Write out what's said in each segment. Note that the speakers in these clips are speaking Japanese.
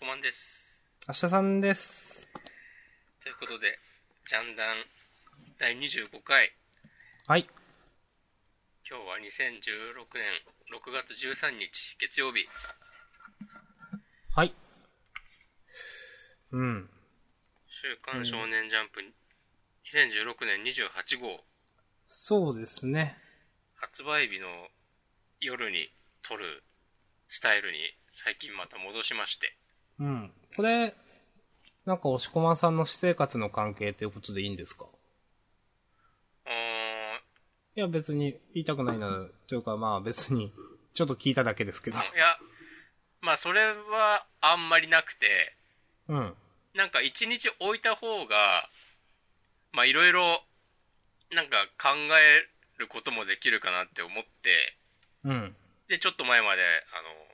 こまんです。明日さんです。ということで、ジャンダン第25回、はい。今日は2016年6月13日月曜日。はい。うん。週刊少年ジャンプ2016年28号そうですね。発売日の夜に撮るスタイルに最近また戻しましてうん。これ、なんか押し込まんさんの私生活の関係ということでいいんですかうーんいや別に言いたくないな、というかまあ別に、ちょっと聞いただけですけど。いやまあそれはあんまりなくてうん。なんか一日置いた方がまあいろいろなんか考えることもできるかなって思ってうん。でちょっと前まであの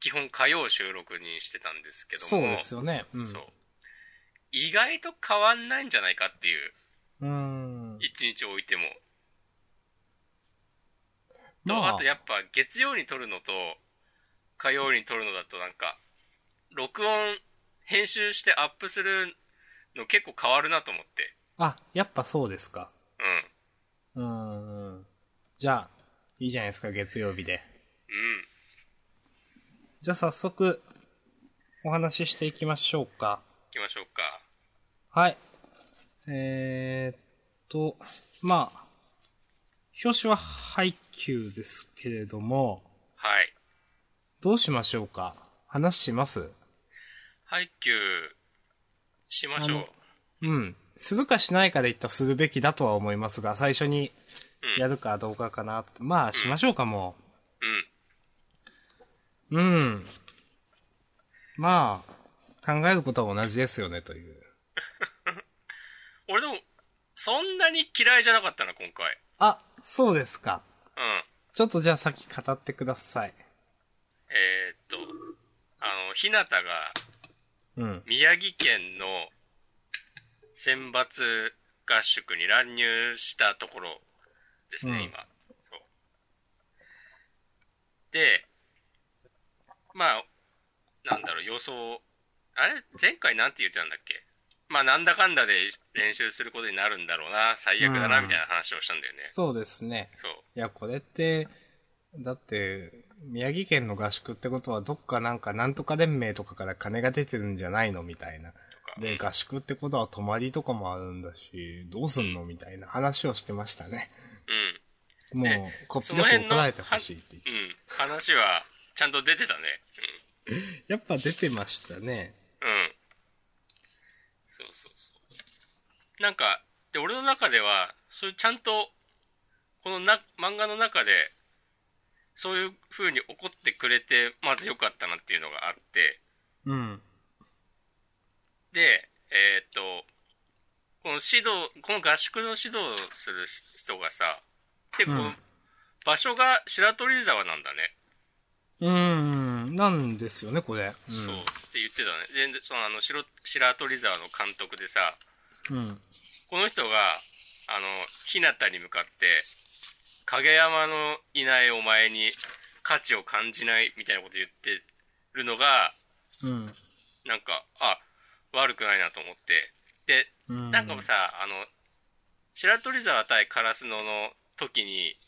基本火曜収録にしてたんですけどもそうですよね。うん。そう。意外と変わんないんじゃないかっていう、うーん。一日置いても。と、まあ、とやっぱ月曜に撮るのと、火曜に撮るのだとなんか、録音、編集してアップするの結構変わるなと思って。あ、やっぱそうですか。うん。うーん。じゃあ、いいじゃないですか、月曜日で。うん。じゃあ早速、お話ししていきましょうか。行きましょうか。はい。えー、っと、まあ、表紙は配給ですけれども、はい。どうしましょうか話します配給しましょうあ。うん。するかしないかで言ったらするべきだとは思いますが、最初にうん。やるかどうかかな。まあ、しましょうか、もうん。う。うん。まあ、考えることは同じですよね、という。俺でも、そんなに嫌いじゃなかったな、今回。あ、そうですか。うん。ちょっとじゃあ先語ってください。えー、っと、あの、ひなたが、うん。宮城県の選抜合宿に乱入したところですね、うん今。そう。で、まあ、なんだろう、予想、あれ前回なんて言ってたんだっけまあ、なんだかんだで練習することになるんだろうな、最悪だな、うんみたいな話をしたんだよね。そうですね。そう。いや、これって、だって、宮城県の合宿ってことは、どっかなんか、なんとか連盟とかから金が出てるんじゃないのみたいな。とか。で、合宿ってことは泊まりとかもあるんだし、どうすんのみたいな話をしてましたね。うん。もうね、こっぴそどのく辺怒のられてほしいって。うん。話は、ちゃんと出てたね。やっぱ出てましたね。うん。そうそうそう。なんか、で、俺の中では、そういうちゃんと、このな、漫画の中で、そういう風に怒ってくれて、まず良かったなっていうのがあって、うん。で、えーっと、この指導、この合宿の指導をする人がさ、結構、うん場所が白鳥沢なんだね。うーん、なんですよね、これ。うん、そう、って言ってたね。で、その、あの、白白鳥沢の監督でさ、うん。この人が、あの、日向に向かって、影山のいないお前に価値を感じないみたいなこと言ってるのが、うん。なんか、あ、悪くないなと思って。で、うん。なんかさ、あの、白鳥沢対烏野の時に、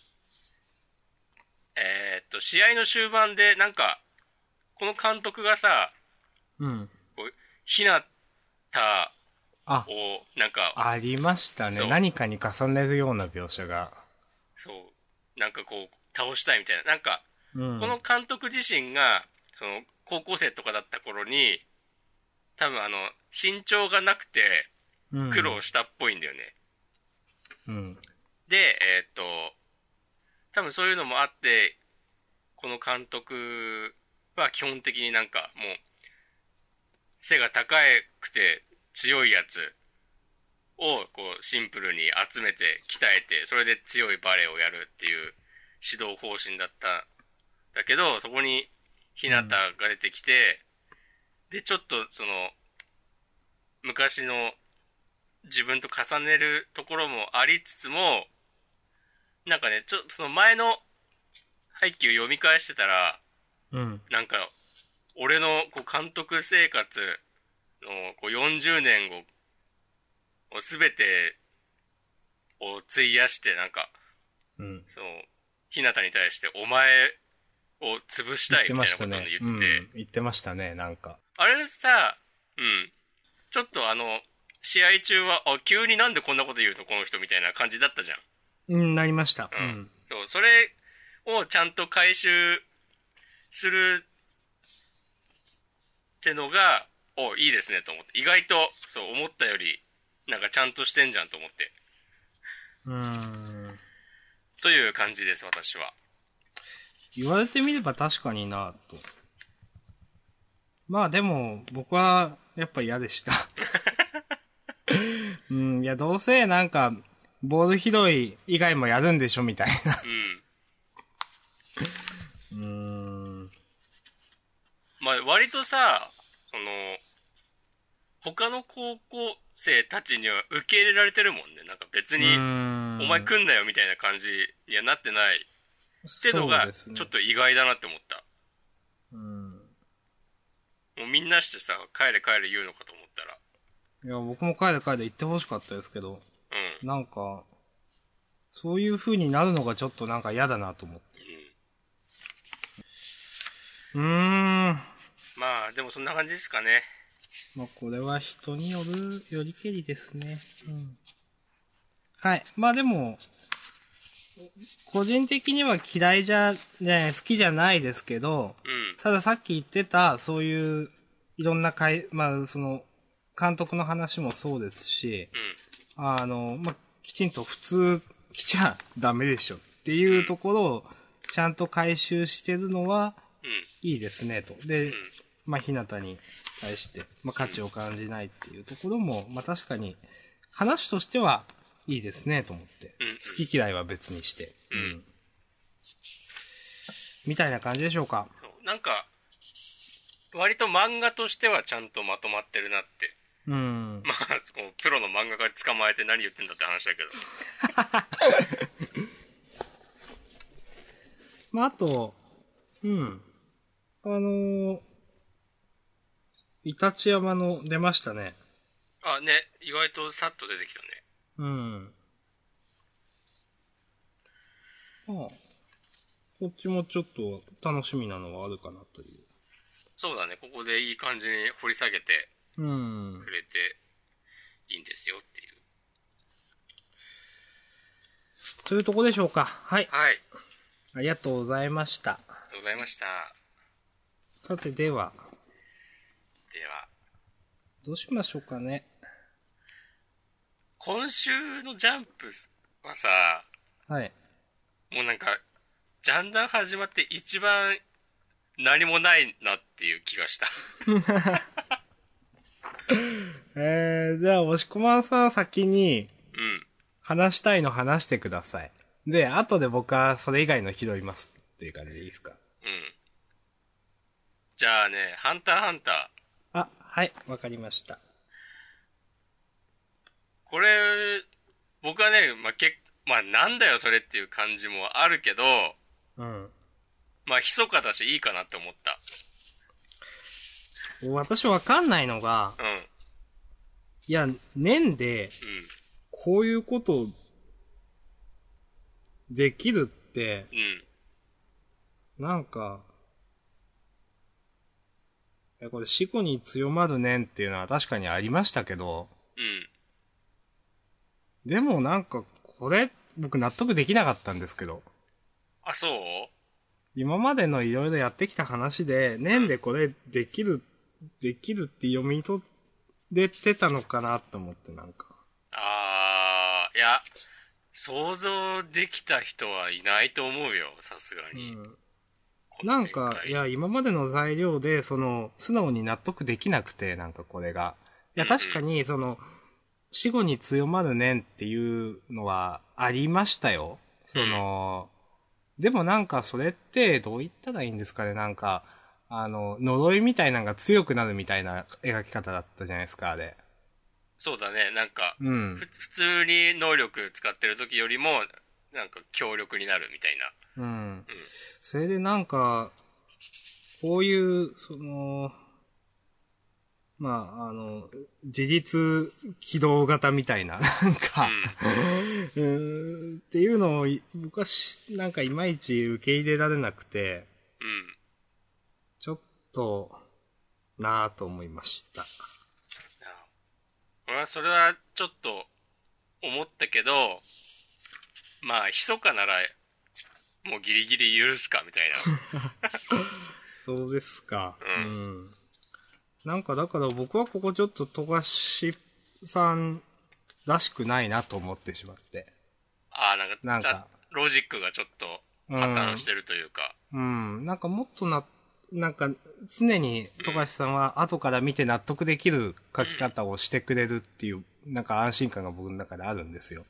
えーっと、試合の終盤で、なんか、この監督がさ、うん。日向あ、を、なんか、ありましたそね。う何かに重ねるような描写が。そう、なんかこう、倒したいみたいな、なんか、うん。この監督自身が、その、高校生とかだった頃に、多分あの、身長がなくてうん苦労したっぽいんだよね。うん。で、えーっと、多分そういうのもあって、この監督は基本的になんかもう、背が高くて強いやつをこうシンプルに集めて鍛えて、それで強いバレーをやるっていう指導方針だった。だけど、そこに日向が出てきて、で、ちょっとその、昔の自分と重ねるところもありつつも、なんかね、ちょっとその前の配球読み返してたら、うん。なんか、俺のこう監督生活のこう40年を、をすべてを費やして、なんか、うん。その、ひなたに対して、お前を潰したいみたいなことを言ってて、うん言ってましたね、なんか。あれさ、うん。ちょっとあの、試合中は、あ、急になんでこんなこと言うとこの人みたいな感じだったじゃん。うん、なりました。うんそう、それをちゃんと回収するってのが、お、いいですねと思って。意外と、そう、思ったより、なんかちゃんとしてんじゃんと思って。うん。うん。という感じです、私は。言われてみれば確かになと。まあでも、僕は、やっぱ嫌 でした。うん、いや、どうせ、なんか、ボール拾い以外もやるんでしょ、みたいな。うん。うん。まあ、割とさ、その、他の高校生たちには受け入れられてるもんね。なんか別に、おお前来んなよみたいな感じにはなってないってのが、ちょっと意外だなって思った。うん。もうみんなしてさ、帰れ帰れ言うのかと思ったら。いや、僕も帰れ帰れ行ってほしかったですけど、うん。なんか、そういう風になるのがちょっとなんか嫌だなと思って。うんうーん。ままあ、でもそんな感じですかね。あ、これは人による、よりけりですね。うん。はい。まあでも、個人的には嫌いじゃ、ね、好きじゃないですけど、うん。たださっき言ってた、そういう、いろんなかい、まあその、監督の話もそうですし、うん。あの、まあ、きちんと普通来ちゃダメでしょっていうところをちゃんと回収してるのはうん。いいですねと。でうん、。まあ、ひなたに対して、まあ、価値を感じないっていうところも、まあ、確かに話としてはいいですねと思ってうん。好き嫌いは別にして。うんみたいな感じでしょうか。そう。なんか、割と漫画としてはちゃんとまとまってるなって。 うん。まあ、そのプロの漫画家捕まえて何言ってんだって話だけど。まあ、あと、うん。あのー、イタチ山の出ましたね。あ、ね、意外とさっと出てきたね。うん。まあ、こっちもちょっと楽しみなのはあるかなといそうだね、ここでいい感じに掘り下げてう。うんく。れていいんですよっていう。というとこでしょうか。はい。はい。ありがとうございました。ありがとうございました。さて、では、では、どうしましょうかね。今週のジャンプはさ、はい。もうなんか、ジャンダン始まって一番何もないなっていう気がした。えー、じゃあ、押し込まんさん先に、うん。話したいの話してください。で、後で僕はそれ以外の拾いますっていう感じでいいですかうん。じゃあね、ハンターハンター。あ、はい、わかりました。これ、僕はね、まあ、けまあ、なんだよそれっていう感じもあるけど、うん。まあ、密かだしいいかなって思った。私わかんないのが、うん。うん。いや、年で、こういうこと、できるって、うん。なんか、いやこれ死後に強まる年っていうのは確かにありましたけど、うん。でもなんか、これ、僕納得できなかったんですけど。あ、そう今までのいろいろやってきた話で、年でこれできる、できるって読み取れてたのかなと思ってなんか。あー、いや、想像できた人はいないと思うよ、さすがに。このなん展開か、いや、今までの材料で、その、素直に納得できなくて、なんかこれが。いや、うんうん確かに、その、死後に強まる年っていうのはありましたよ。その、でもなんかそれってどう言ったらいいんですかねなんか、あの、呪いみたいなのが強くなるみたいな描き方だったじゃないですか、あれ。そうだね、なんか、うんふ。普通に能力使ってる時よりも、なんか強力になるみたいな。うんうん。それでなんか、こういう、その、まあ、あの、自立起動型みたいな、 なんか、うーんっていうのをい、僕はしなんかいまいち受け入れられなくて、うん。ちょっと、なぁと思いました。いや俺はそれはちょっと思ったけど、まあ、密かなら、もうギリギリ許すかみ たいな。そうですか。ううんん。なんかだから僕はここちょっと富樫さんらしくないなと思ってしまって。ああ、なんか、なんかロジックがちょっとうん破綻してるというか。うん。なんかもっとな、なんか常に富樫さんは後から見て納得できる書き方をしてくれるっていう、なんか安心感が僕の中であるんですよ。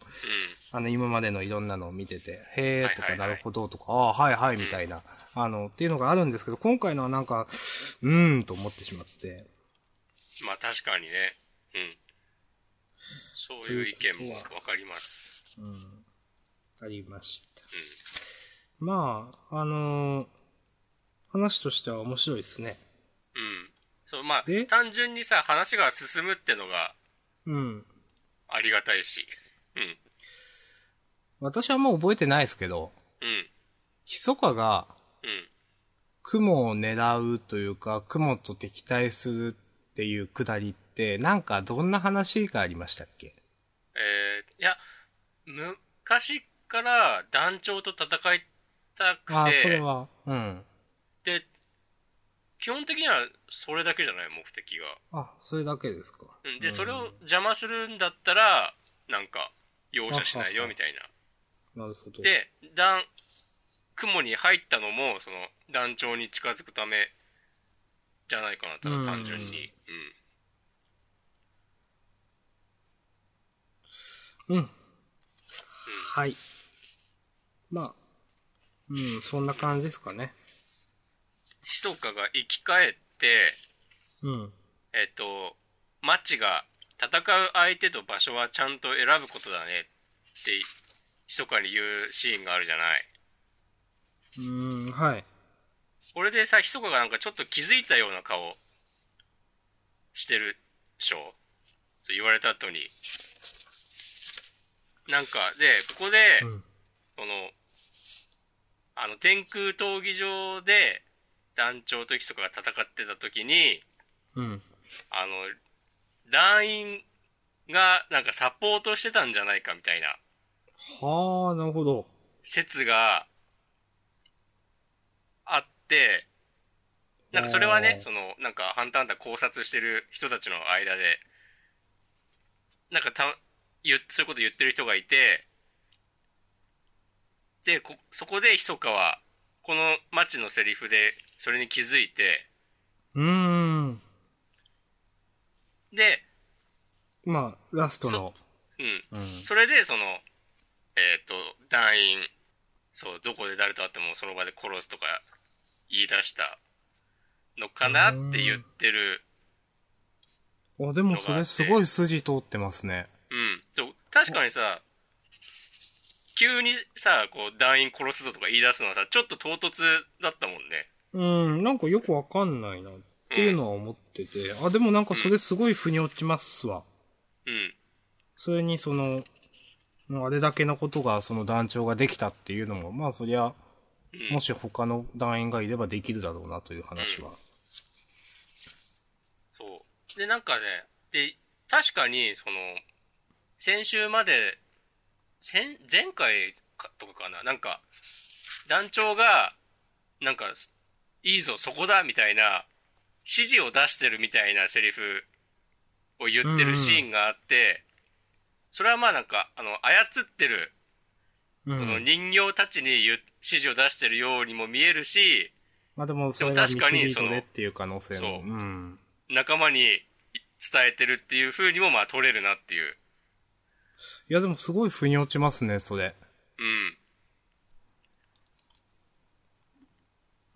あの、今までのいろんなのを見てて、へーとはか、いはいはないるほどとか、ああ、はいはいみたいな、あの、っていうのがあるんですけど、今回のはなんか、うーんと思ってしまって。うん。まあ、確かにね。うん。そういう意見もわかります。うん。ありました。うん。まあ、あのー話としては面白いですね。うん。そう、まあで、単純にさ、話が進むってのがうん。ありがたいし。うん。私はもう覚えてないですけど、うん。ひそかがうん。雲を狙うというか、雲と敵対するっていうくだりって、なんかどんな話がありましたっけえーいや、昔から団長と戦いたああ、くそれて、は。うん。で、基本的にはそれだけじゃない、目的が。あ、それだけですか。うん、で、うんそれを邪魔するんだったら、なんか、容赦しないよ、みたいな。なるほど。で、団、雲に入ったのも、その、団長に近づくため、じゃないかな、ただ単純に。うん。うん。はい。まあ、うん、そんな感じですかね。ひそかが生き返って、うん。えっと、マッチが戦う相手と場所はちゃんと選ぶことだねって、密かに言うシーンがあるじゃない。うん、はい。これでさ、密かがなんかちょっと気づいたような顔してるでしょそう言われた後に。なんか、で、ここで、うん。その、あの、天空闘技場で団長と密かが戦ってた時に、うん。あの、団員がなんかサポートしてたんじゃないかみたいなはあ、なるほど。説があって、なんかそれはねお、ーその、なんかハンターハンター考察してる人たちの間で、なんかた、言うそういうこと言ってる人がいて、で、こ、そこでひそかは、この町のセリフで、それに気づいて、うーん。で、まあ、ラストの。うん、うん。それで、その、えっ、と、団員、そう、どこで誰と会ってもその場で殺すとか言い出したのかなって言ってる。あ、でもそれすごい筋通ってますね。うん。と確かにさ、急にさ、こう、団員殺すぞとか言い出すのはさ、ちょっと唐突だったもんね。うん、なんかよくわかんないな。っていうのは思ってて。あ、でもなんかそれすごい腑に落ちますわ。うん。それにその、あれだけのことがその団長ができたっていうのも、まあそりゃ、うん、もし他の団員がいればできるだろうなという話は。そう。で、なんかね、で、確かに、その、先週まで、先、前回かとかかな、なんか、団長が、なんか、いいぞ、そこだ、みたいな、指示を出してるみたいなセリフを言ってるシーンがあって、それはまあなんか、あの、操ってる、うこのん。人形たちに言う指示を出してるようにも見えるし、まあでもそでれもがミ確スかにリードそのでっていう可能性も。そううん。仲間に伝えてるっていう風にもまあ取れるなっていう。いやでもすごい腑に落ちますね、それ。うん。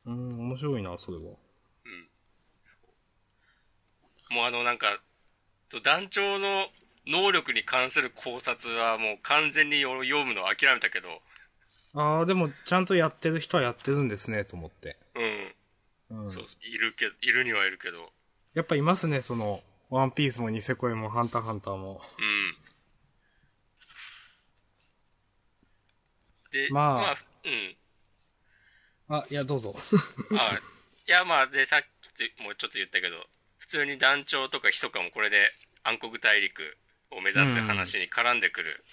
うん、面白いな、それは。もうあのなんか、と団長の能力に関する考察はもう完全によ読むの諦めたけど、ああ、でもちゃんとやってる人はやってるんですね、と思って。うん。うんそう、いるけど、いるにはいるけど、やっぱいますね、その、ワンピースもニセコエもハンターハンターも。うん。で、まあまあ、うん。あ、いや、どうぞ。あいやまあでさっきもちょっと言ったけど普通に団長とかひそかもこれで暗黒大陸を目指す話に絡んでくる、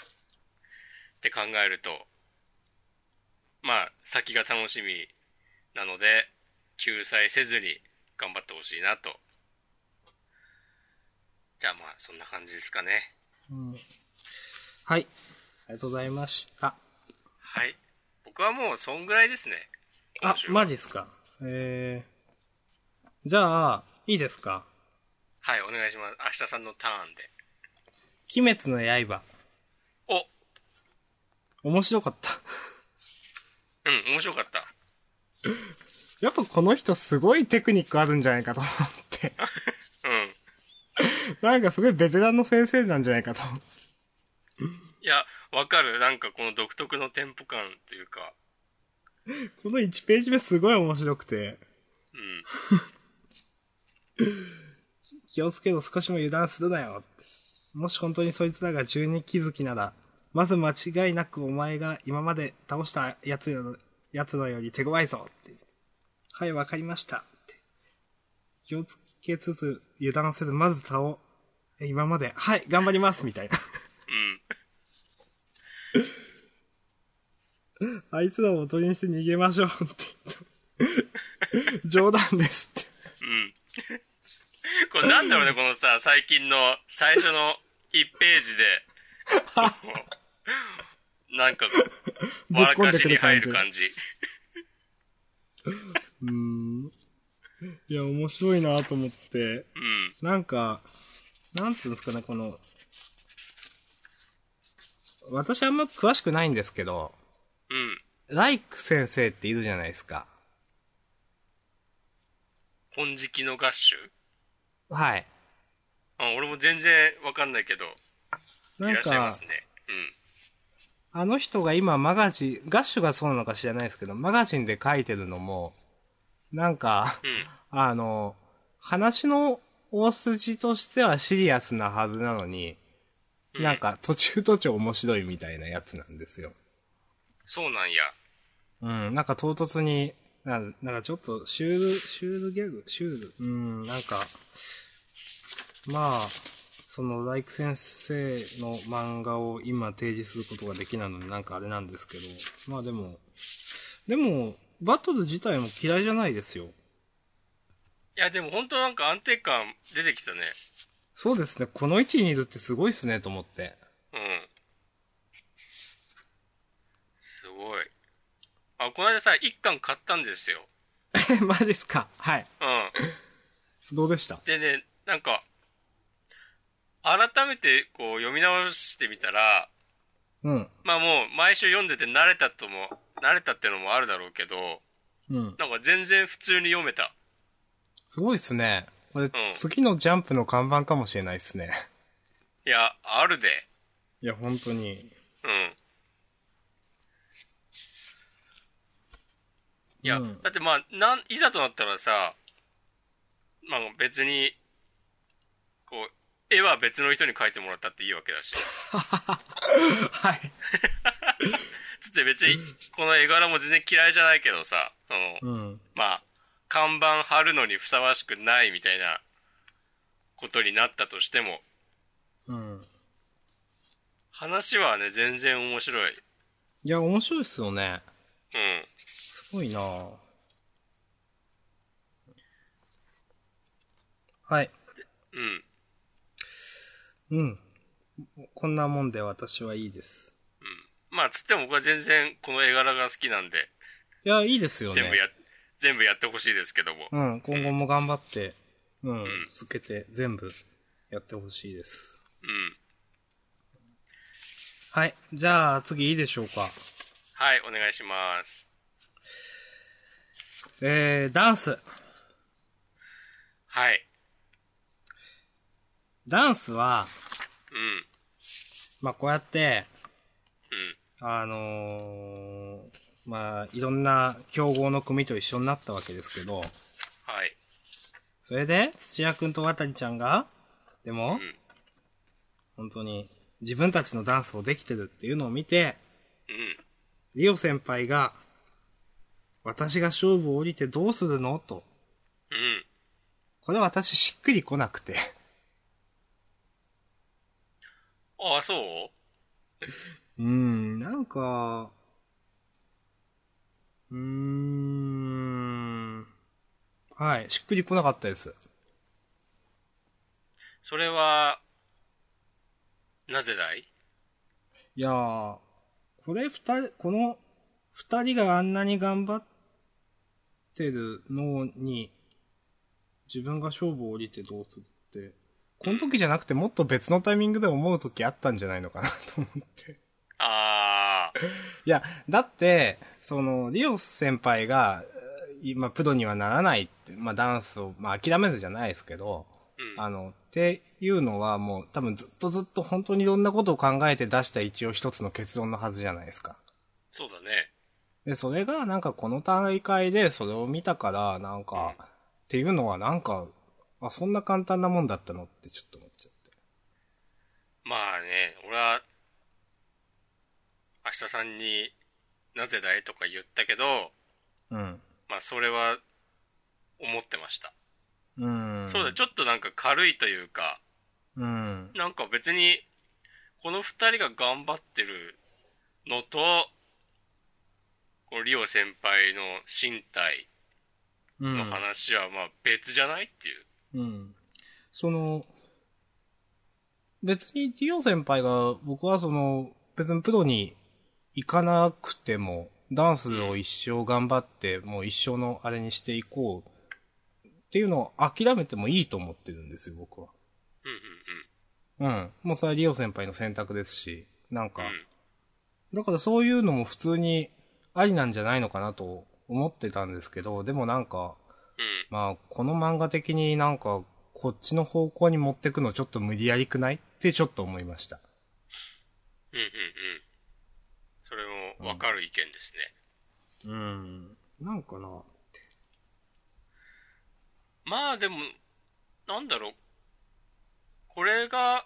って考えるとまあ先が楽しみなので救済せずに頑張ってほしいなとじゃあまあそんな感じですかねうんはい。ありがとうございました。はい僕はもうそんぐらいですねあ今、週はマジっすか。えー、じゃあ、いいですか。はいお願いします明日さんのターンで鬼滅の刃。お面白かった。うん面白かった やっぱこの人すごいテクニックあるんじゃないかと思 って。うんなんかすごいベテランの先生なんじゃないかと。いや、わかる。なんかこの独特のテンポ感というか、この1ページ目すごい面白くて。うん。気をつけろ少しも油断するなよ。もし本当にそいつらが十二気づきなら、まず間違いなくお前が今まで倒したやつらの、やつらより手強いぞって。はい、わかりました。って気をつけつつ油断せずまず倒、え今まで、はい、頑張りますみたいな。 うん。あいつらをおとりにして逃げましょうって。 冗談ですって。うん。これなんだ ろうね、このさ、最近の最初の1ページで、 こうなんか、笑かしに入る感じ。うーん。いや、面白いなと思って。うん。なんか、なんつうんですかね、この、私あんま詳しくないんですけど、うん。ライク先生っているじゃないですか。金色の合衆はい。あ俺も全然わかんないけど、ないんらっしゃいまかす、ね。うん。あの人が今マガジン、ガッシュがそうなのか知らないですけど、マガジンで書いてるのも、なんか、うん。あの、話の大筋としてはシリアスなはずなのに、うんなんか途中途中面白いみたいなやつなんですよ。そうなんや。うん、なんか唐突に、なんなんかちょっとシュール、シュールギャグシュールうん、なんか、まあ、その、ライク先生の漫画を今提示することができないので、なんかあれなんですけど、まあでも、でも、バトル自体も嫌いじゃないですよ。いや、でも本当なんか安定感出てきたね。そうですね、この位置にいるってすごいっすね、と思って。うん。すごい。あ、この間さ、一巻買ったんですよ。 マジっすかはい。うん。どうでしたでね、なんか、改めてこう読み直してみたら、うん。まあもう毎週読んでて慣れたとも、慣れたってのもあるだろうけど、うん。なんか全然普通に読めた。すごいっすね。これ、ん次のジャンプの看板かもしれないっすね。いや、あるで。いや、本当に。うん。いや、うんだってまあ、なん、いざとなったらさ、まあ別に、こう、絵は別の人に描いてもらったっていいわけだし。 はい。つって別に、この絵柄も全然嫌いじゃないけどさ、その、うん。まあ、看板貼るのにふさわしくないみたいなことになったとしても、うん。話はね、全然面白い。いや、面白いっすよね。うん。すごいなぁはい。うん。うん。こんなもんで私はいいです。まあ、つっても僕は全然この絵柄が好きなんで、いや、いいですよね。全部や、全部やってほしいですけども。うん、今後も頑張って、うん、ん続けて全部やってほしいです。うん。はい。じゃあ、次いいでしょうか。はい、お願いします。えー、ダンス。はい。ダンスは、うん。まあ、こうやって、うん。あのーまあ、いろんな競合の組と一緒になったわけですけど、それで、土屋くんと渡ちゃんが、でうも、ん。本当に、自分たちのダンスをできてるっていうのを見て、うん。リオ先輩が、私が勝負を降りてどうするのと。うん。これ私しっくり来なくて。ああ、そううん、なんか、うーん、はい、しっくり来なかったです。それは、なぜだいいやー、これ二人、この二人があんなに頑張ってるのに、自分が勝負を降りてどうするって、この時じゃなくてもっと別のタイミングで思う時あったんじゃないのかなと思って。ああ、 いや、だって、その、リオ先輩が、今、プロにはならないって、まあ、ダンスを、まあ、諦めるじゃないですけど、うん。あの、っていうのはもう、多分ずっとずっと本当にいろんなことを考えて出した一応一つの結論のはずじゃないですか。そうだね。で、それがなんかこの大会でそれを見たから、なんか、っていうのはなんか、あ、そんな簡単なもんだったのってちょっと思っちゃって。まあね、俺は、明日さんになぜだいとか言ったけど、うん。まあそれは思ってました。うん。そうだ、ちょっとなんか軽いというか、うん。なんか別に、この二人が頑張ってるのと、こうリオ先輩の身体うん。の話はまあ別じゃないっていう。うん。その、別にリオ先輩が、僕はその、別にプロに行かなくても、ダンスを一生頑張って、もう一生のあれにしていこうっていうのを諦めてもいいと思ってるんですよ、僕は。うんうんうん。もうそれはリオ先輩の選択ですし、なんか、うん。うん。だからそういうのも普通にありなんじゃないのかなと思ってたんですけど、でもなんか、うん。まあ、この漫画的になんか、こっちの方向に持ってくのちょっと無理やりくないってちょっと思いました。うんうんうん。それもわかる意見ですね。うん。なんかな。まあでも、なんだろう。これが、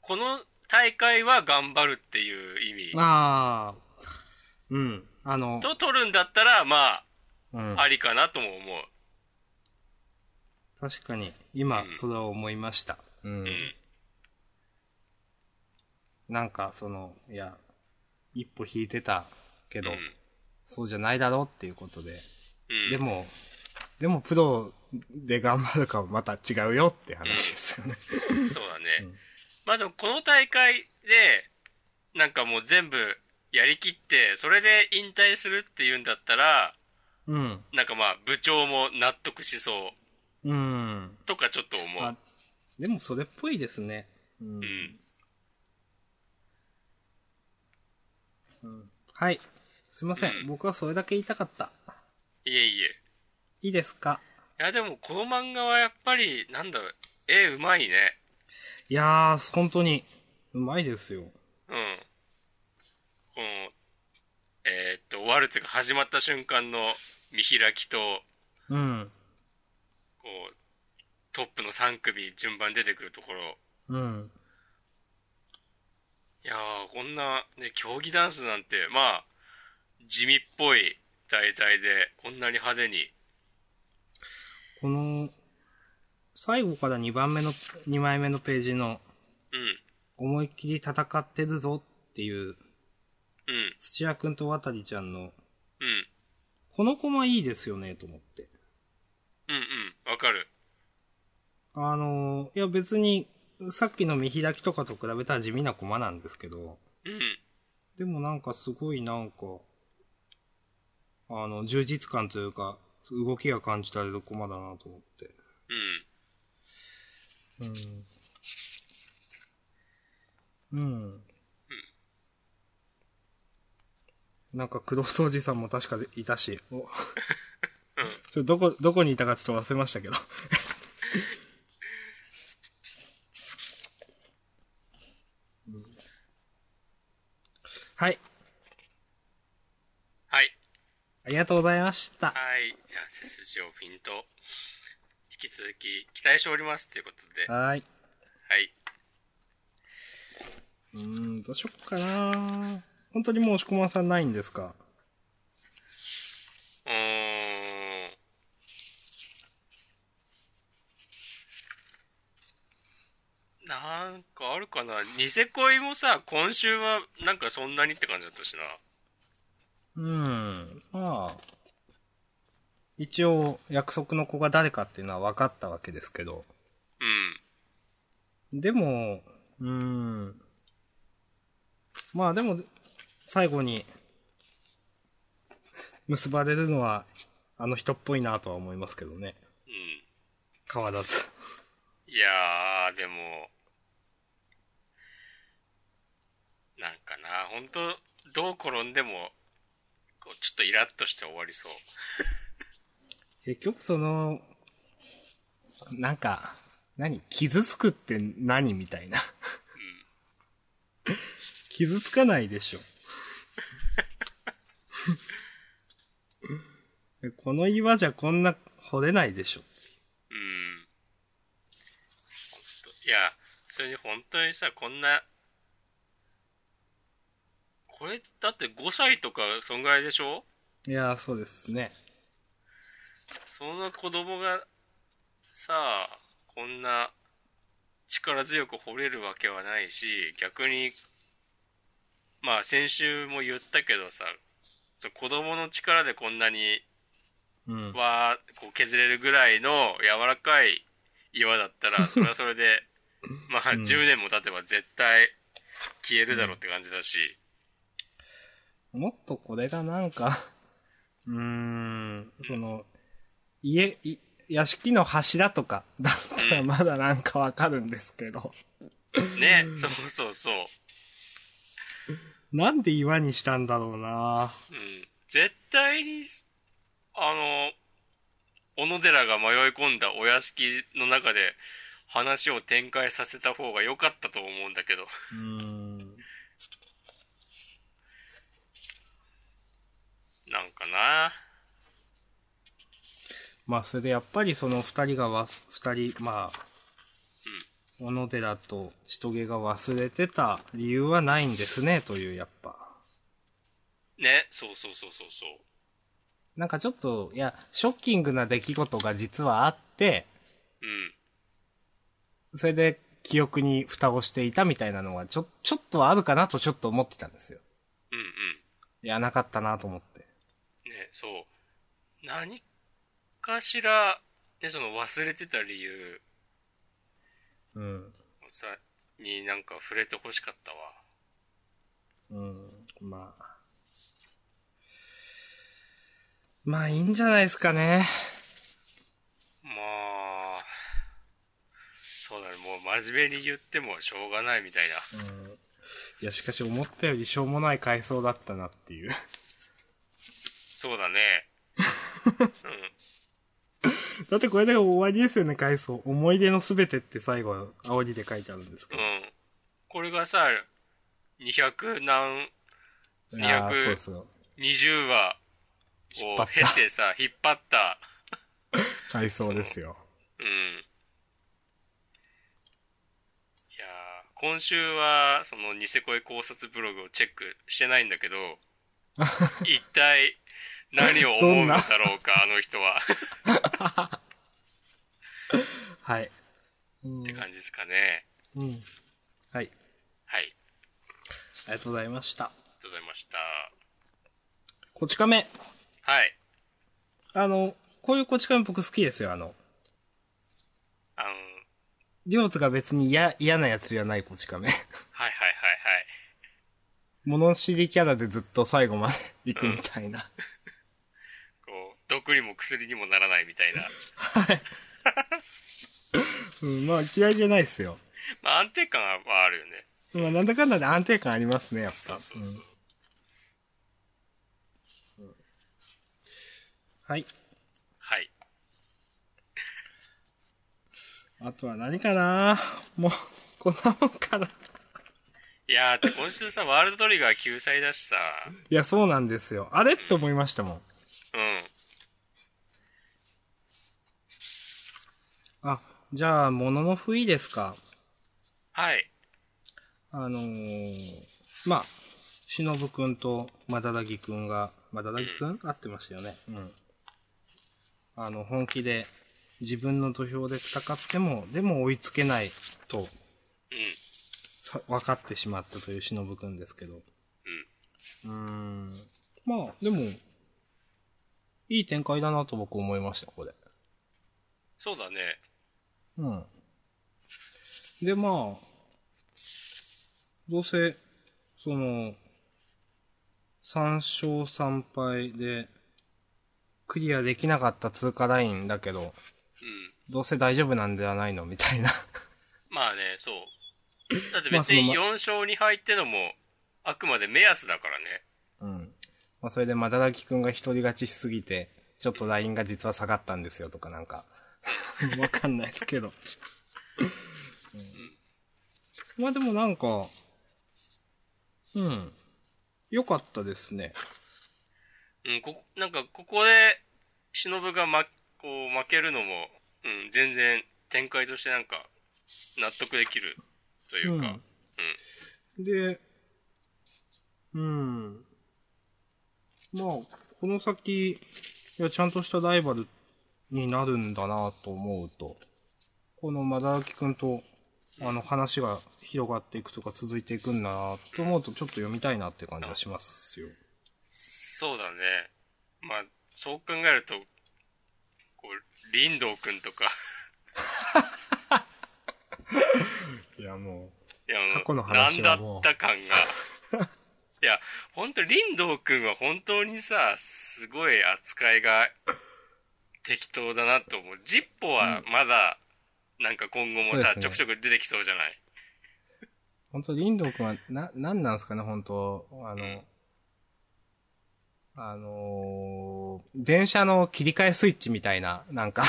この大会は頑張るっていう意味ああ。うん。あの、と取るんだったら、まうんあ、ありかなとも思う。確かに、今う、んそれは思いました。うんうん。なんか、その、いや、一歩引いてたけうど、ん。そうじゃないだろうっていうことで。うん。でも、でもプロで頑張るかはまた違うよって話ですよね。そうだね。うんまあでもこの大会で、なんかもう全部やりきって、それで引退するっていうんだったら、うん。なんかまあ部長も納得しそううん。とかちょっと思うあ。でもそれっぽいですね。うんうん。うんはい。すいません,、うん僕はそれだけ言いたかった。いえいえ。いいですかいやでもこの漫画はやっぱり、なんだろう、絵うまいね。いやー、本当に、うまいですよ。うん。この、えーっと、ワルツが始まった瞬間の見開きと、うん。こう、トップの3組順番出てくるところ。うん。いやー、こんな、ね、競技ダンスなんて、まあ、地味っぽい題材で、こんなに派手に。この、最後から2番目の、2枚目のページの、うん、思いっきり戦ってるぞっていう、うん、土屋くんと渡ちゃんの、うん、この子はいいですよね、と思って。うん、うん、わかる。あのーいや別に、さっきの見開きとかと比べたら地味な駒なんですけど、うん、でもなんかすごいなんか、あの、充実感というか、動きが感じられる駒だなと思って。うん。うん。うん。なんか、黒藤おじさんも確かでいたし、おちょどこ、どこにいたかちょっと忘れましたけど。 うんはい、はい。ありがとうございました。はい。じゃあ、背筋をピンと、引き続き期待しておりますということで、ははーい。い。うーん、どうしよっかな本当にもう押し込まさんないんですかうーん。なんかあるかなニセ恋もさ、今週はなんかそんなにって感じだったしな。うん。まあ。一応、約束の子が誰かっていうのは分かったわけですけど。うん。でも、うーん。まあでも、最後に、結ばれるのは、あの人っぽいなとは思いますけどね。うん。変わらず。いやー、でも、なんかな、ほんと、どう転んでも、こう、ちょっとイラッとして終わりそう。結局その、なんか、何傷つくって何みたいな。傷つかないで しょ。この岩じゃこんな掘れないでしょ。うん。うん。いや、それに本当にさ、こんな、これ、だって5歳とか、そんぐらいでしょいやー、そうですね。そんな子供が、さあ、こんな、力強く掘れるわけはないし、逆に、まあ先週も言ったけどさ、そう子供の力でこんなに、うん。わー、こう削れるぐらいの柔らかい岩だったら、それはそれ で、まあうん10年も経てば絶対消えるだろうって感じだし、もっとこれがなんか、うーん、その、家、い屋敷の柱とかだったらうんまだなんかわかるんですけど、ね、そうそうそう。なんで岩にしたんだろうなうん絶対に、あの、小野寺が迷い込んだお屋敷の中で話を展開させた方が良かったと思うんだけど。うーん。なんかな。まあ、それでやっぱりその二人がわす、二人、まあ、小野寺と千棘が忘れてた理由はないんですね、という、やっぱ。ね、そうそうそうそうそう。なんかちょっと、いや、ショッキングな出来事が実はあって、うん。それで記憶に蓋をしていたみたいなのは、ちょ、ちょっとはあるかなとちょっと思ってたんですよ。うんいや、なかったなと思って。うん。ね、そう。何かしら、ね、その忘れてた理由うん。をさ、になんか触れて欲しかったわ。うん。まあ。まあ、いいんじゃないですかね。まあ、そうだね、もう真面目に言ってもしょうがないみたいな。うん。いや、しかし思ったよりしょうもない回想だったなっていう。 そうだね。うん。だってこれで終わりですよね、回想。思い出のすべてって最後、煽りで書いてあるんですけど。うん。これがさ、200何、んああ、 200そうそう。 20話引っ張をっ経たてさ、引っ張った。回想ですよ。うん。いやー今週は、その、ニセ恋考察ブログをチェックしてないんだけど、 一体、何を思うのだろうか、あの人 は。はい。うんって感じですかね。うん。はい。はい。ありがとうございました。ありがとうございました。こち亀。はい。あの、こういうこち亀僕好きですよ、あの。あの、はい両津が別に嫌、嫌な奴ではないこち亀。はいはいはい。物知りキャラでずっと最後まで行くみたいな。こう、毒にも薬にもならないみたいな。うん、まあ嫌いじゃないですよ。まあ安定感はあるよね。まあなんだかんだで安定感ありますね、やっそぱ。うそうそう。はい。はい。あとは何かな もう、こんなもんかな。いやーって今週さ、ワールドトリガー救済だしさ、いや、そうなんですよ。あれって思いましたもん。うん。あ、じゃあ、もののふいですか。はい。あのー、まあ、しのぶくんとまだだぎくんが、まだだぎくん合ってましたよね。うん。あの、本気で自分の土俵で戦っても、でも追いつけないとうん。さ分かってしまったというしのぶくんですけど。うーん。まあ、でも、いい展開だなと僕思いました、ここで。そうだね。うん。で、まあ、どうせ、その、3勝3敗で、クリアできなかった通過ラインだけど、うん。どうせ大丈夫なんではないのみたいな。まあね、そう。だってまあ別そのにま4勝2敗ってのも、あくまで目安だからね。うん。まあ、それで、まだらきくんが一人勝ちしすぎて、ちょっとラインが実は下がったんですよとかなんか。 わかんないですけど。うんまあでもなんか、うん。良かったですね。うん、ここ、なんか、ここで、忍が、ま、こう、負けるのも、うん、全然、展開としてなんか、納得できる、というか、うん、で、うん。まあ、この先、いや、ちゃんとしたライバルになるんだなと思うと、このまだらきくんと、あの、話が広がっていくとか続いていくんだなと思うと、ちょっと読みたいなって感じがしますよ。そうだね。まあ、そう考えると、こう、林道くんとか、いや、もいや、もう過去の話はもうなんだった 感が。いや、本当林道くんは本当にさ、すごい扱いが適当だなと思う。ジッポはまだ、なんか今後もそうでさ、すねちょくちょく出てきそうじゃない。本当リンドウ君は、な、なんなんすかね、本当あの、うんあのー電車の切り替えスイッチみたいな、な んか、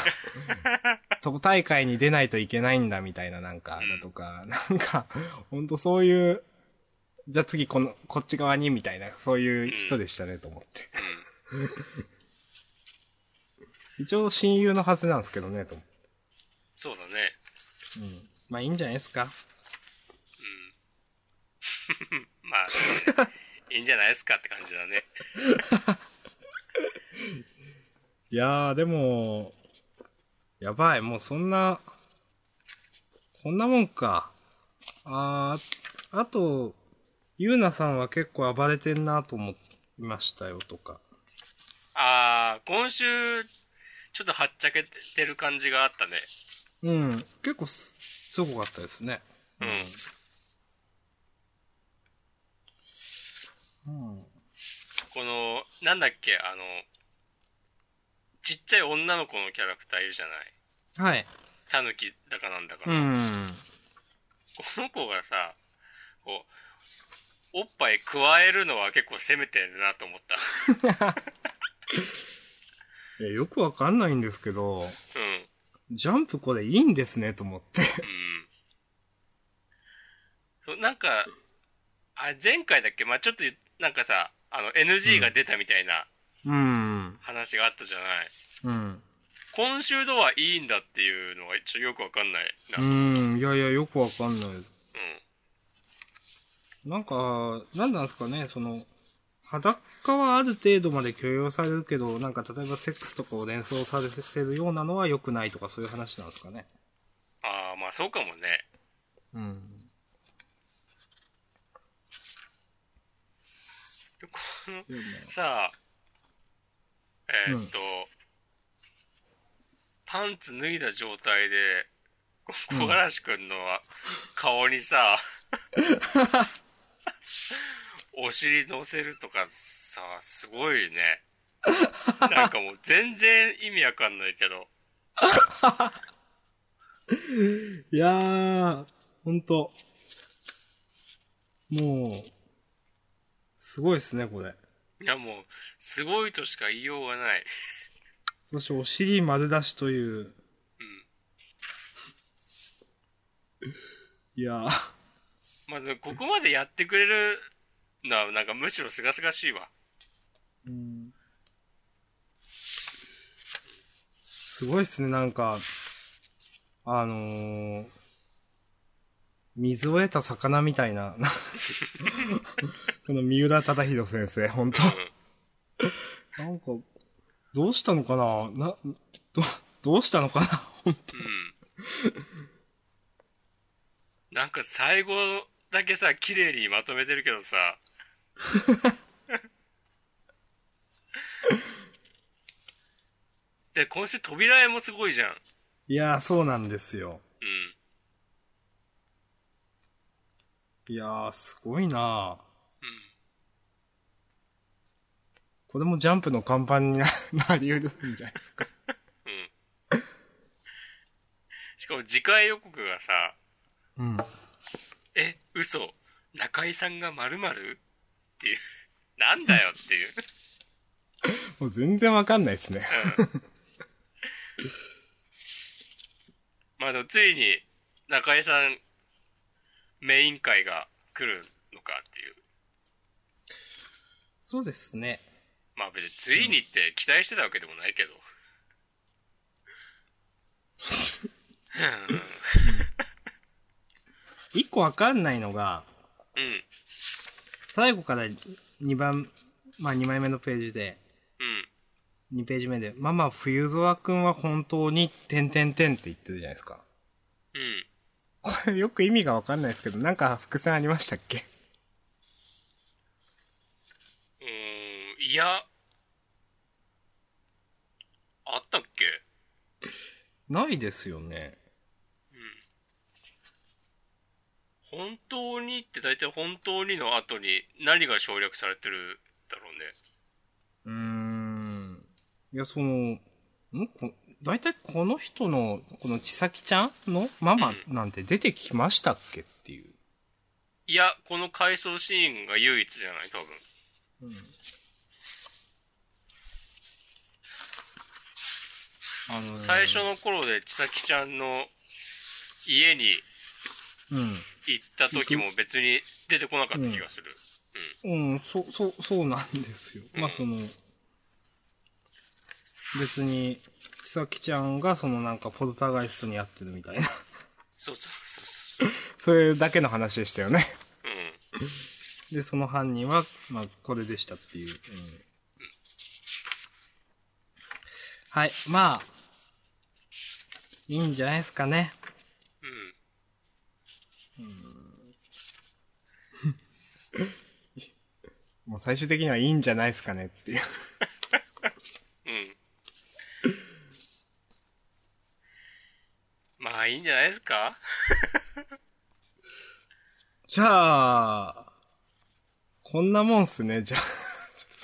都大会に出ないといけないんだみたいな、なんか、だとか、なんか、本当そういう、じゃあ次この、こっち側にみたいな、そういう人でしたね、と思って。一応親友のはずなんですけどね、と思って。そうだね。うん。まあいいんじゃないですか。うん。 まあ、いいんじゃないですかって感じだね。いやー、でも、やばい、もうそんな、こんなもんか。あー、あと、ゆうなさんは結構暴れてんなと思いましたよとか。あー、今週、ちょっとはっちゃけてる感じがあったね。うん、結構す、すごかったですね。うん。うん。この、なんだっけ、あの、ちっちゃい女の子のキャラクターいるじゃない。はい。タヌキだかなんだかうら。ん。この子がさ、こう、おっぱい加えるのは結構攻めてるなと思った。 いやよくわかんないんですけど、うん。うん。ジャンプこれいいんですねと思って。そうなんか、あれ前回だっけまあ、ちょっと言っ、なんかさ、あの、NG が出たみたいなうん。話があったじゃない。うん。今週度はいいんだっていうのがちょっとよくわかんないな。ううん。ん、いやいや、よくわかんない。なんか、なんなんですかね、その、裸はある程度まで許容されるけど、なんか例えばセックスとかを連想させるようなのは良くないとかそういう話なんですかね。ああ、まあそうかもね。うん。このさあ、えーっと、パンツ脱いだ状態で、こうん小柄しくんの顔にさ、お尻乗せるとかさ、すごいね。なんかもう全然意味わかんないけど。いやー、ほんと。もう、すごいですね、これ。いやもう、すごいとしか言いようがない。そしてお尻丸出しという。いやー、まあ、でもここまでやってくれるのは、なんかむしろすがすがしいわ。うんすごいっすね、なんか、あのー水を得た魚みたいな、 なこの三浦忠宏先生、本当なんか、どうしたのかなな、ど、どうしたのかな本うん。なんか最後だけさ、綺麗にまとめてるけどさ。で、今週扉絵もすごいじゃん。当いやー、そうなんですよ。うん。いやー、すごいなーうん。これもジャンプの看板にな なり得るんじゃないですか。うん。しかも次回予告がさ、うん。え、嘘、中井さんが〇〇っていう、なんだよっていう。もう全然わかんないですね。うん。まあでもついに中井さんメイン会が来るのかっていう。そうですね。まあ別についにって期待してたわけでもないけど。一個わかんないのが、うん。うん。最後から2番、まあ2枚目のページで、うん。 2ページ目で、ママ、冬空くんは本当に、てんてんてんって言ってるじゃないですか。うん。これよく意味がわかんないですけど、なんか伏線ありましたっけうーん、いや、あったっけないですよね。本当にって大体本当にの後に何が省略されてるだろうね。うーん。いや、その、んこ大体この人の、このちさきちゃんのママなんて出てきましたっけっていう。いや、この回想シーンが唯一じゃない多分。あのー最初の頃で千咲ちゃんの家にうん。行った時も別に出てこなかった気がする。うん、そう、そう、 そうなんですよ。うんまあ、その、別に、ちさきちゃんが、そのなんか、ポルターガイストにやってるみたいな。 そうそうそうそう。それだけの話でしたよね。うん。で、その犯人は、まあ、これでしたっていう。うんはい、まあ、いいんじゃないですかね。うん。もう最終的にはいいんじゃないですかねっていう。うん。 まあ、いいんじゃないですかじゃあ、こんなもんっすね、じゃ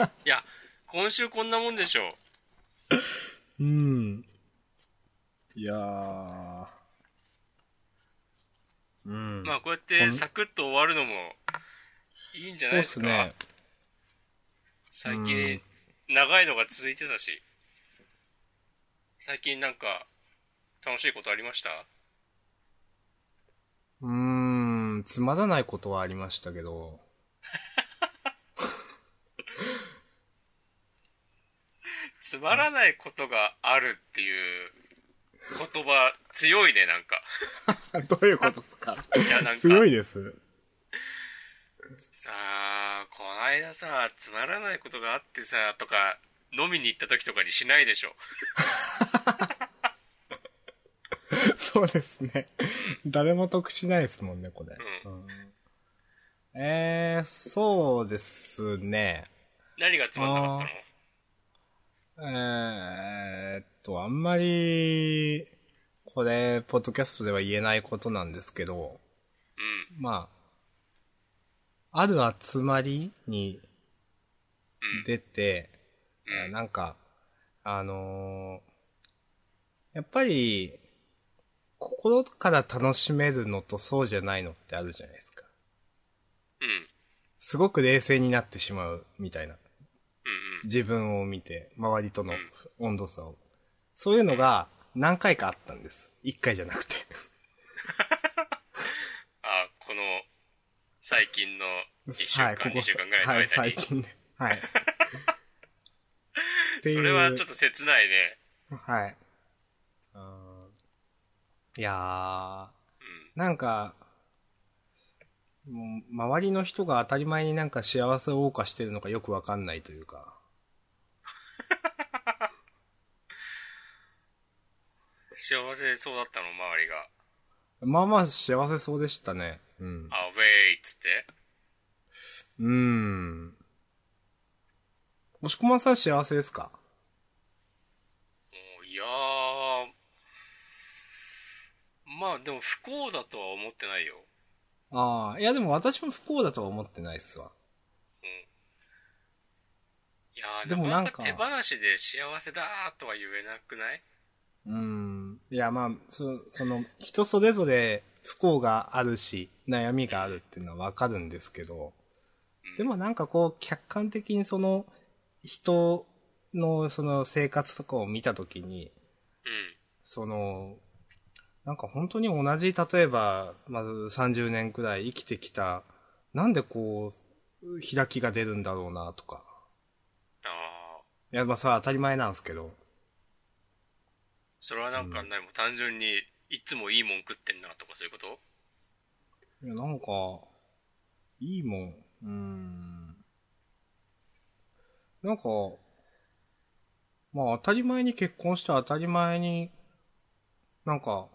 あ。いや、今週こんなもんでしょう。うん。いやー。うん。まあ、こうやってサクッと終わるのもいいんじゃなそいうっですすか。ね。最うん近、長いのが続いてたし。最近なんか、楽しいことありましたうーん、つまらないことはありましたけど。つまらないことがあるっていう言葉強いね、なんか。どういうことですかいや、 なんか。すごいです。さあ、こないださ、つまらないことがあってさ、とか、飲みに行った時とかにしないでしょ。そうですね。誰も得しないですもんね、これ。うんえー、そうですね。何がつまんなかったのえーっと、あんまり、これ、ポッドキャストでは言えないことなんですけど、うん、まあ、ある集まりにうん。出て、うんなんか、あのーやっぱり、心から楽しめるのとそうじゃないのってあるじゃないですか。うん、うん、すごく冷静になってしまうみたいな。うん。自分を見て、周りとの温度差を。そういうのが何回かあったんです。一回じゃなくて。あ、この、最近の1週間、ここ2週間ぐらいのはい、間最に。近ね。 はい。っていうそれはちょっと切ないね。はい。あーいやうん。ー、なんか、もう周りの人が当たり前になんか幸せを謳歌してるのかよくわかんないというか。幸せそうだったの、周りが。まあまあ幸せそうでしたね。うん。あ、ウェイっつって。うーん。押し込まんさん幸せですかもういやー。まあでも不幸だとは思ってないよ。ああ、いやでも私も不幸だとは思ってないっすわ。いやーででももななんんかか手放しで幸せだーとは言えなくないうーん。いやまあ、そその、人それぞれ不幸があるし、悩みがあるっていうのはわかるんですけど、でもなんかこう、客観的にその、人のその生活とかを見たときに、うん。その、なんか本当に同じ、例えば、まず30年くらい生きてきた、なんでこう、開きが出るんだろうな、とか。ああ。いや、まあさ、当たり前なんですけど。それはなんかうん何も単純にいつもいいもん食ってんなとかそういうこといや、なんか、いいもん。うーん。なんか、まあ当たり前に結婚して当たり前に、なんか、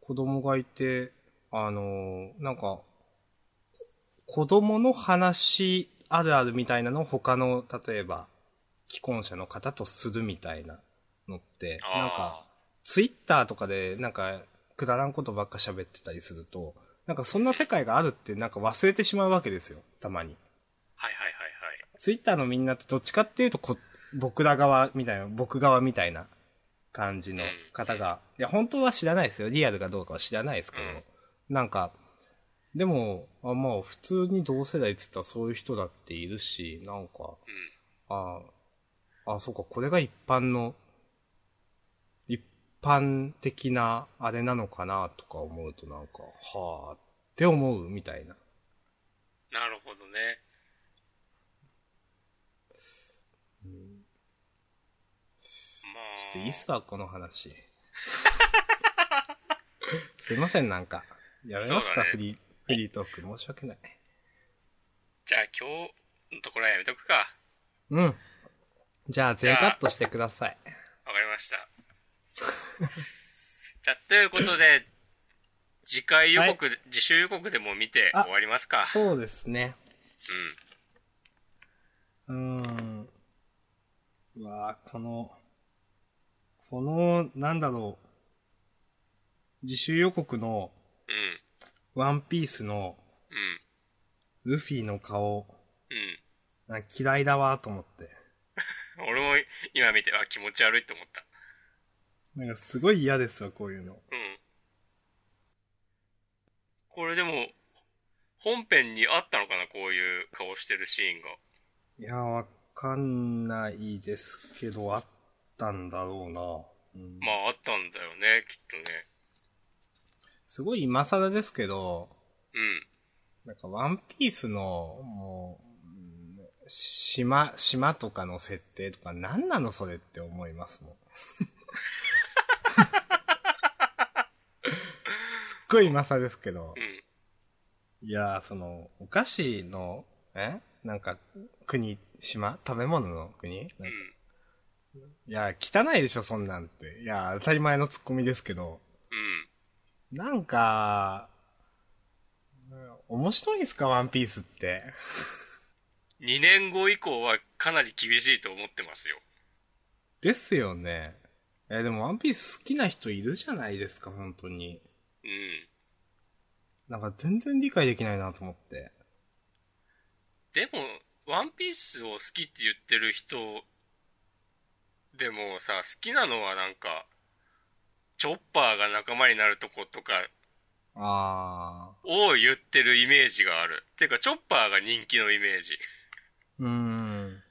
子供がいて、あのーなんか、子供の話あるあるみたいなのを他の、例えば、既婚者の方とするみたいなのって、なんか、あツイッターとかでなんかくだらんことばっか喋ってたりすると、なんかそんな世界があるってなんか忘れてしまうわけですよ、たまに。あー。はいはいはいはい。ツイッターのみんなってどっちかっていうとこ、僕ら側みたいな、僕側みたいな感じの方が、いや、本当は知らないですよ。リアルかどうかは知らないですけど、なんか、でも、あまあ、普通に同世代っつったらそういう人だっているし、なんか、うん。ああ、あそうか、これが一般の、一般的なあれなのかなとか思うとなんか、はあ、って思うみたいな。なるほどね。まあ。ちょっといいっすわ、この 話。すいません、なんか。やめますそうか、だねフリー、フリートーク。申し訳ない。じゃあ今日のところはやめとくか。うん。じゃあ、全カットしてください。わかりました。 じゃあ、ということで、次回予告、次週予告でも見てあ終わりますか。そうですね。うん。うーん。うわあこの、この、なんだろう。自主予告のうん。ワンピースのうん。ルフィの顔、うん。なんか嫌いだわと思って。 俺も今見て、あ、気持ち悪いと思った。なんかすごい嫌ですわ、こういうの。うん。これでも、本編にあったのかな、こういう顔してるシーンが。いや、わかんないですけど、あったんだろうな。うん、まあ、あったんだよね、きっとね。すごい今更ですけど、うん。なんかワンピースの、もう、うん島、島とかの設定とか何なのそれって思いますもん。すっごい今更ですけどう。ん。いやー、その、お菓子の、えなんか、国、島食べ物の国うなんかん。いやー、汚いでしょ、そんなんって。いやー、当たり前のツッコミですけど。うん。なんか、うん面白いんすか、ワンピースって。 2年後以降はかなり厳しいと思ってますよ。ですよね。え、でもワンピース好きな人いるじゃないですか、本当に。うん。なんか全然理解できないなと思って。でも、ワンピースを好きって言ってる人、でもさ、好きなのはなんか、チョッパーが仲間になるとことかあを言ってるイメージがある。てか、チョッパーが人気のイメージ。ー。うーん。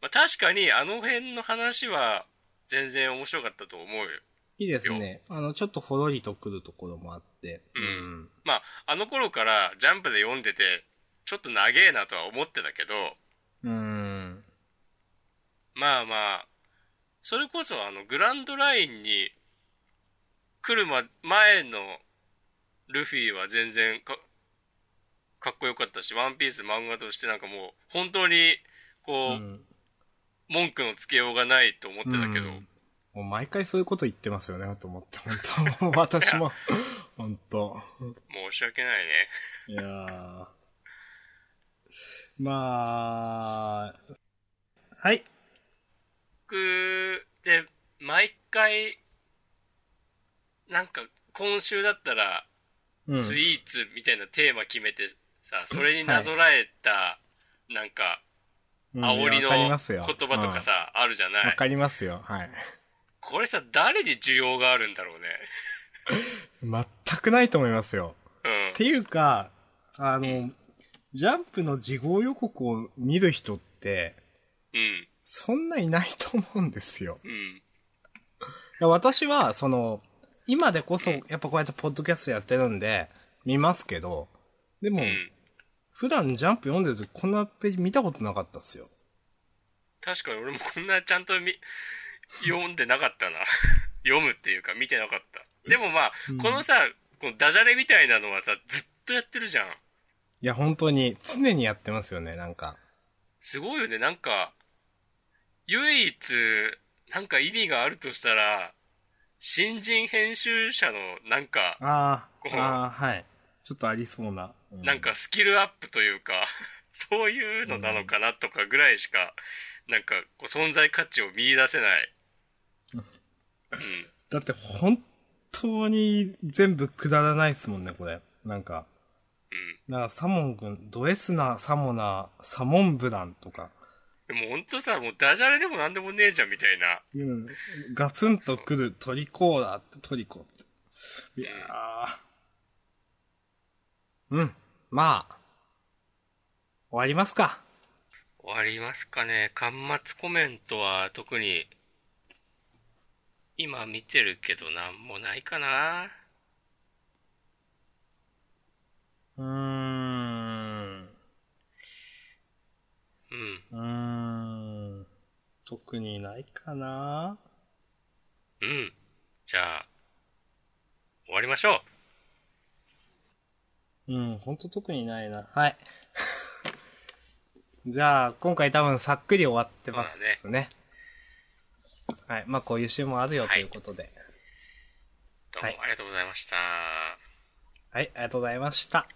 まあ、確かに、あの辺の話は、全然面白かったと思うよ。いいですね。あの、ちょっとほろりと来るところもあって。うんまあ、あの頃から、ジャンプで読んでて、ちょっと長えなとは思ってたけど、うん。うーん。まあまあ、それこそあの、グランドラインに来るま、前のルフィは全然か、かっこよかったし、ワンピース漫画としてなんかもう、本当に、うこう、ん文句のつけようがないと思ってたけど、うんもう毎回そういうこと言ってますよね、と思って、本 当私も、本当申し訳ないね。いやーまあ、はい。僕で毎回なんか今週だったらうんスイーツみたいなテーマ決めてさ、それになぞらえたなんかうん煽りのわかり言ますよ葉とかさ、あるじゃうんわ、ないかりますよ。はい。これさ誰に需要があるんだろうね全くないと思いますよ。うんっていうか、あの、ジャンプの事後予告を見る人って、うんそんないないと思うんですよ。うんいや私は、その、今でこそ、やっぱこうやってポッドキャストやってるんで、見ますけど、でも、うん普段ジャンプ読んでるとこんなページ見たことなかったっすよ。確かに俺もこんなちゃんとみ読んでなかったな 読むっていうか見てなかったでもまあ、うんこのさこのダジャレみたいなのはさずっとやってるじゃんいや、本当に、常にやってますよね、なんか。すごいよね、なんか、唯一、なんか意味があるとしたら、新人編集者の、なんか、あこうあ、ああ、はい。ちょっとありそうな。うなんか、スキルアップというか、 そういうのなのかなとかぐらいしか、なんか、こう存在価値を見出せ ない。ううんん。だって本当に全部くだらないですもんね、これ。なんか、なんかサモン君、ドエスナ、サモナ、サモンブランとか。うん。でもほんとさ、もうダジャレでもなんでもねえじゃんみたいな。うん、ガツンとくるトリコーラって、トリコって。いやー。うん。まあ。終わりますか。終わりますかね。端末コメントは特に、今見てるけどなんもないかな。うーん。うん。うーん。特にないかな。うん。じゃあ、終わりましょう。うん、ほんと特にないな。はい。 じゃあ、今回多分さっくり終わってますね。はい。まあ、こういう週もあるよということで。どうもありがとうございました。はい、ありがとうございました。